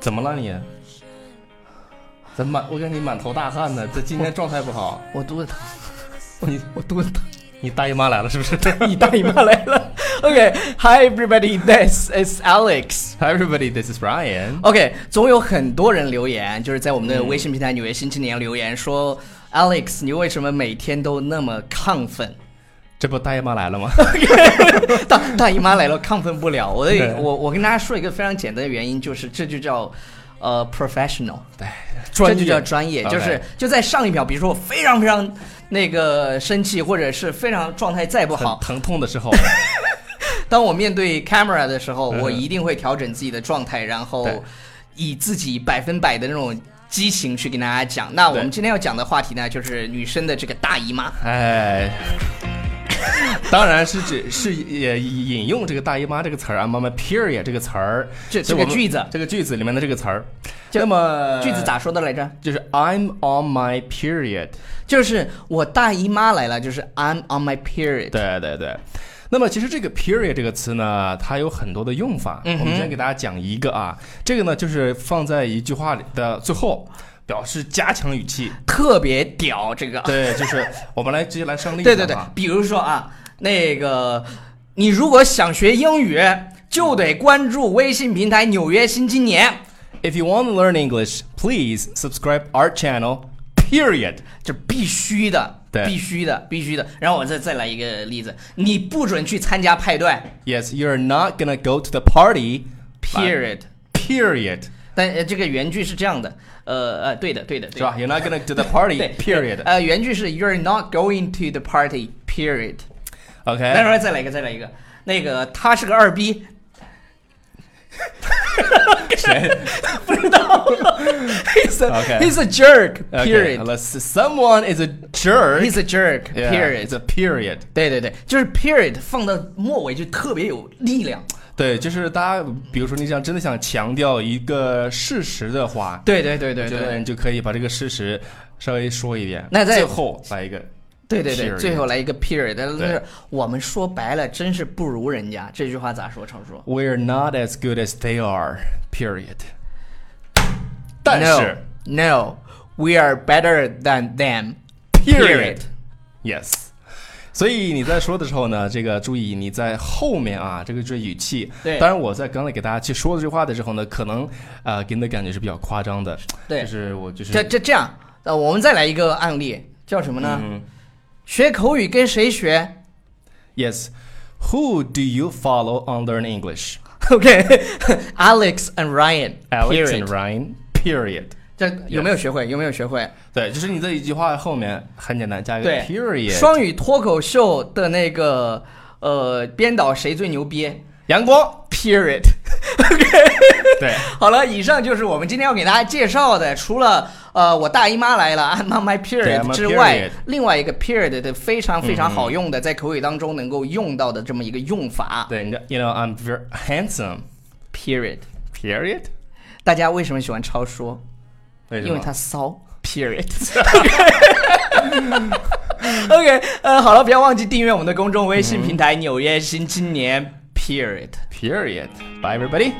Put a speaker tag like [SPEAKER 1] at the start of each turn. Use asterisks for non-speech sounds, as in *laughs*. [SPEAKER 1] 怎么了你？咱满我看你满头大汗呢，这今天状态不好。
[SPEAKER 2] 我肚子疼，
[SPEAKER 1] *laughs* 你
[SPEAKER 2] 我肚子疼。
[SPEAKER 1] 你大姨妈来了是不是 *laughs*
[SPEAKER 2] 你大姨妈来了。OK，Hi、everybody, this is Alex。
[SPEAKER 1] ？Hi everybody, this is Brian。
[SPEAKER 2] OK，总有很多人留言，就是在我们的微信平台《纽约新青年》留言说、a l e x 你为什么每天都那么亢奋？ *laughs*
[SPEAKER 1] 这不大姨妈来了吗？
[SPEAKER 2] 大大姨妈来了，亢奋不了。我
[SPEAKER 1] 对
[SPEAKER 2] 的我我跟大家说一个非常简单的原因，就是这就叫呃 professional，这就叫专业，
[SPEAKER 1] OK
[SPEAKER 2] 就是就在上一秒，比如说我非常非常那个生气，或者是非常状态再不
[SPEAKER 1] 很
[SPEAKER 2] 好，
[SPEAKER 1] 疼痛的时候，
[SPEAKER 2] 当我面对 camera 的时候，
[SPEAKER 1] 嗯
[SPEAKER 2] 我一定会调整自己的状态，然后
[SPEAKER 1] 对
[SPEAKER 2] 以自己百分百的那种。激情去跟大家讲。那我们
[SPEAKER 1] 对
[SPEAKER 2] 今天要讲的话题呢，就是女生的这个大姨妈。
[SPEAKER 1] 哎，当然是指是也引用这个大姨妈这个词儿啊，妈妈 period 这个词儿，
[SPEAKER 2] 这
[SPEAKER 1] 所以我们
[SPEAKER 2] 这个句子
[SPEAKER 1] 这个句子里面的这个词儿。
[SPEAKER 2] 这
[SPEAKER 1] 那么
[SPEAKER 2] 句子咋说的来着？
[SPEAKER 1] 就是 I'm on my period。
[SPEAKER 2] 就是我大姨妈来了，就是 I'm on my period。
[SPEAKER 1] 对对对。那么其实这个 period 这个词呢，它有很多的用法。
[SPEAKER 2] 嗯哼
[SPEAKER 1] 我们先给大家讲一个啊，这个呢就是放在一句话里的最后，表示加强语气。
[SPEAKER 2] 特别屌，这个。
[SPEAKER 1] 对，就是我们来直接来上例子
[SPEAKER 2] 对
[SPEAKER 1] 啊。
[SPEAKER 2] 啊对对，比如说啊，那个你如果想学英语，就得关注微信平台《纽约新青年》。
[SPEAKER 1] If you want to learn English, please subscribe our channel. Period.
[SPEAKER 2] 这必须的，
[SPEAKER 1] 对
[SPEAKER 2] 必须的，必须的。然后我再再来一个例子，你不准去参加派对
[SPEAKER 1] Yes, you're not gonna go to the party.
[SPEAKER 2] ，period。
[SPEAKER 1] Period.
[SPEAKER 2] 但呃，这个原句是这样的，呃呃，对的，对的，
[SPEAKER 1] 是
[SPEAKER 2] 对
[SPEAKER 1] 吧
[SPEAKER 2] 的，
[SPEAKER 1] ？You're not gonna to the party.
[SPEAKER 2] *laughs* 对
[SPEAKER 1] Period.
[SPEAKER 2] 呃，原句是 You're not going to the party. Period。来
[SPEAKER 1] OK.
[SPEAKER 2] 来，再来一个，再来一个。那个他是个二逼，
[SPEAKER 1] 谁
[SPEAKER 2] *laughs* 不知道。He's a
[SPEAKER 1] Okay.
[SPEAKER 2] he's a jerk.
[SPEAKER 1] Okay,
[SPEAKER 2] Period.
[SPEAKER 1] let's- Someone is a jerk.
[SPEAKER 2] He's a jerk.
[SPEAKER 1] Yeah,
[SPEAKER 2] Period.
[SPEAKER 1] It's a period.
[SPEAKER 2] 对对对，就是 period 放到末尾就特别有力量。
[SPEAKER 1] 对，就是大家，比如说你想真的想强调一个事实的话，
[SPEAKER 2] 对对对对
[SPEAKER 1] 觉
[SPEAKER 2] 对
[SPEAKER 1] 得你就可以把这个事实稍微说一遍。
[SPEAKER 2] 那再
[SPEAKER 1] 最后来一个，
[SPEAKER 2] 对对对，
[SPEAKER 1] period
[SPEAKER 2] 最后来一个 period，但是
[SPEAKER 1] 对
[SPEAKER 2] 我们说白了，真是不如人家。这句话咋说？常说
[SPEAKER 1] We're not as good as they are. Period. *laughs* 但是
[SPEAKER 2] no, we are better than them.
[SPEAKER 1] Period. Yes. 所以你在说的时候呢，这个注意你在后面啊，这个就是语气。
[SPEAKER 2] 对
[SPEAKER 1] 当然我在刚才给大家去说这句话的时候呢，可能呃给你的感觉是比较夸张的。
[SPEAKER 2] 对
[SPEAKER 1] 就是我就是
[SPEAKER 2] 这这这样，呃，我们再来一个案例，叫什么呢？
[SPEAKER 1] 嗯
[SPEAKER 2] 学口语跟谁学
[SPEAKER 1] Yes. Who do you follow on Learn English?
[SPEAKER 2] *laughs* ？OK，Alex and Ryan.
[SPEAKER 1] Alex
[SPEAKER 2] period
[SPEAKER 1] and Ryan. Period.
[SPEAKER 2] 这有没有学会？有没有学会？
[SPEAKER 1] 对，就是你这一句话后面很简单，加一个
[SPEAKER 2] 对
[SPEAKER 1] period。
[SPEAKER 2] 双语脱口秀的那个呃，编导谁最牛逼
[SPEAKER 1] 阳光。
[SPEAKER 2] ？Period。
[SPEAKER 1] 对，
[SPEAKER 2] 好了，以上就是我们今天要给大家介绍的，除了呃我大姨妈来了 *laughs* I'm on my
[SPEAKER 1] 对
[SPEAKER 2] period
[SPEAKER 1] ，I'm on
[SPEAKER 2] 之外
[SPEAKER 1] period，嗯
[SPEAKER 2] 另外一个 period 的非常非常好用的，在口语当中能够用到的这么一个用
[SPEAKER 1] *laughs*
[SPEAKER 2] 法
[SPEAKER 1] 对，你知道，you know I'm very handsome.
[SPEAKER 2] period。
[SPEAKER 1] Period.
[SPEAKER 2] 大家为什么喜欢超说？
[SPEAKER 1] 为什
[SPEAKER 2] 因为
[SPEAKER 1] 么？
[SPEAKER 2] 它骚
[SPEAKER 1] *laughs*
[SPEAKER 2] period。OK，呃，好了，不要忘记订阅我们的公众微信平台《纽约新青年》period。
[SPEAKER 1] period. Bye everybody.